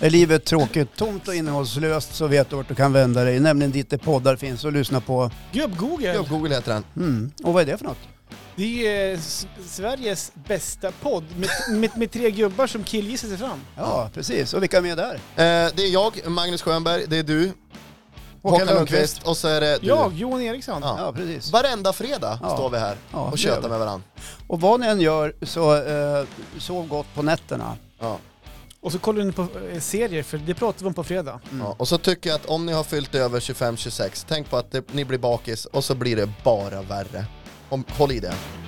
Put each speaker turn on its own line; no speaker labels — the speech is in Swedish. Är livet tråkigt, tomt och innehållslöst så vet du vart du kan vända dig, nämligen dit där poddar finns och lyssna på.
Gubb-Google,
Gubb Google heter den.
Mm. Och vad är det för något?
det är eh, S- Sveriges bästa podd med, med, med tre gubbar som killgissar sig fram.
Ja, precis. Och vilka är med där?
Eh, det är jag, Magnus Schönberg, det är du, Håkan Lundqvist och så är det du.
Jag, Johan Eriksson.
Ja.
Ja, precis.
Varenda fredag
Ja.
står vi här
Ja, det
och
gör vi.
tjötar med varandra.
Och vad ni än gör så eh, sov gott på nätterna.
Ja.
Och så kollar ni på eh, serier, för det pratar vi om på fredag.
Ja. Och så tycker jag att om ni har fyllt över 25-26, tänk på att det, ni blir bakis och så blir det bara värre. Om, håll i det.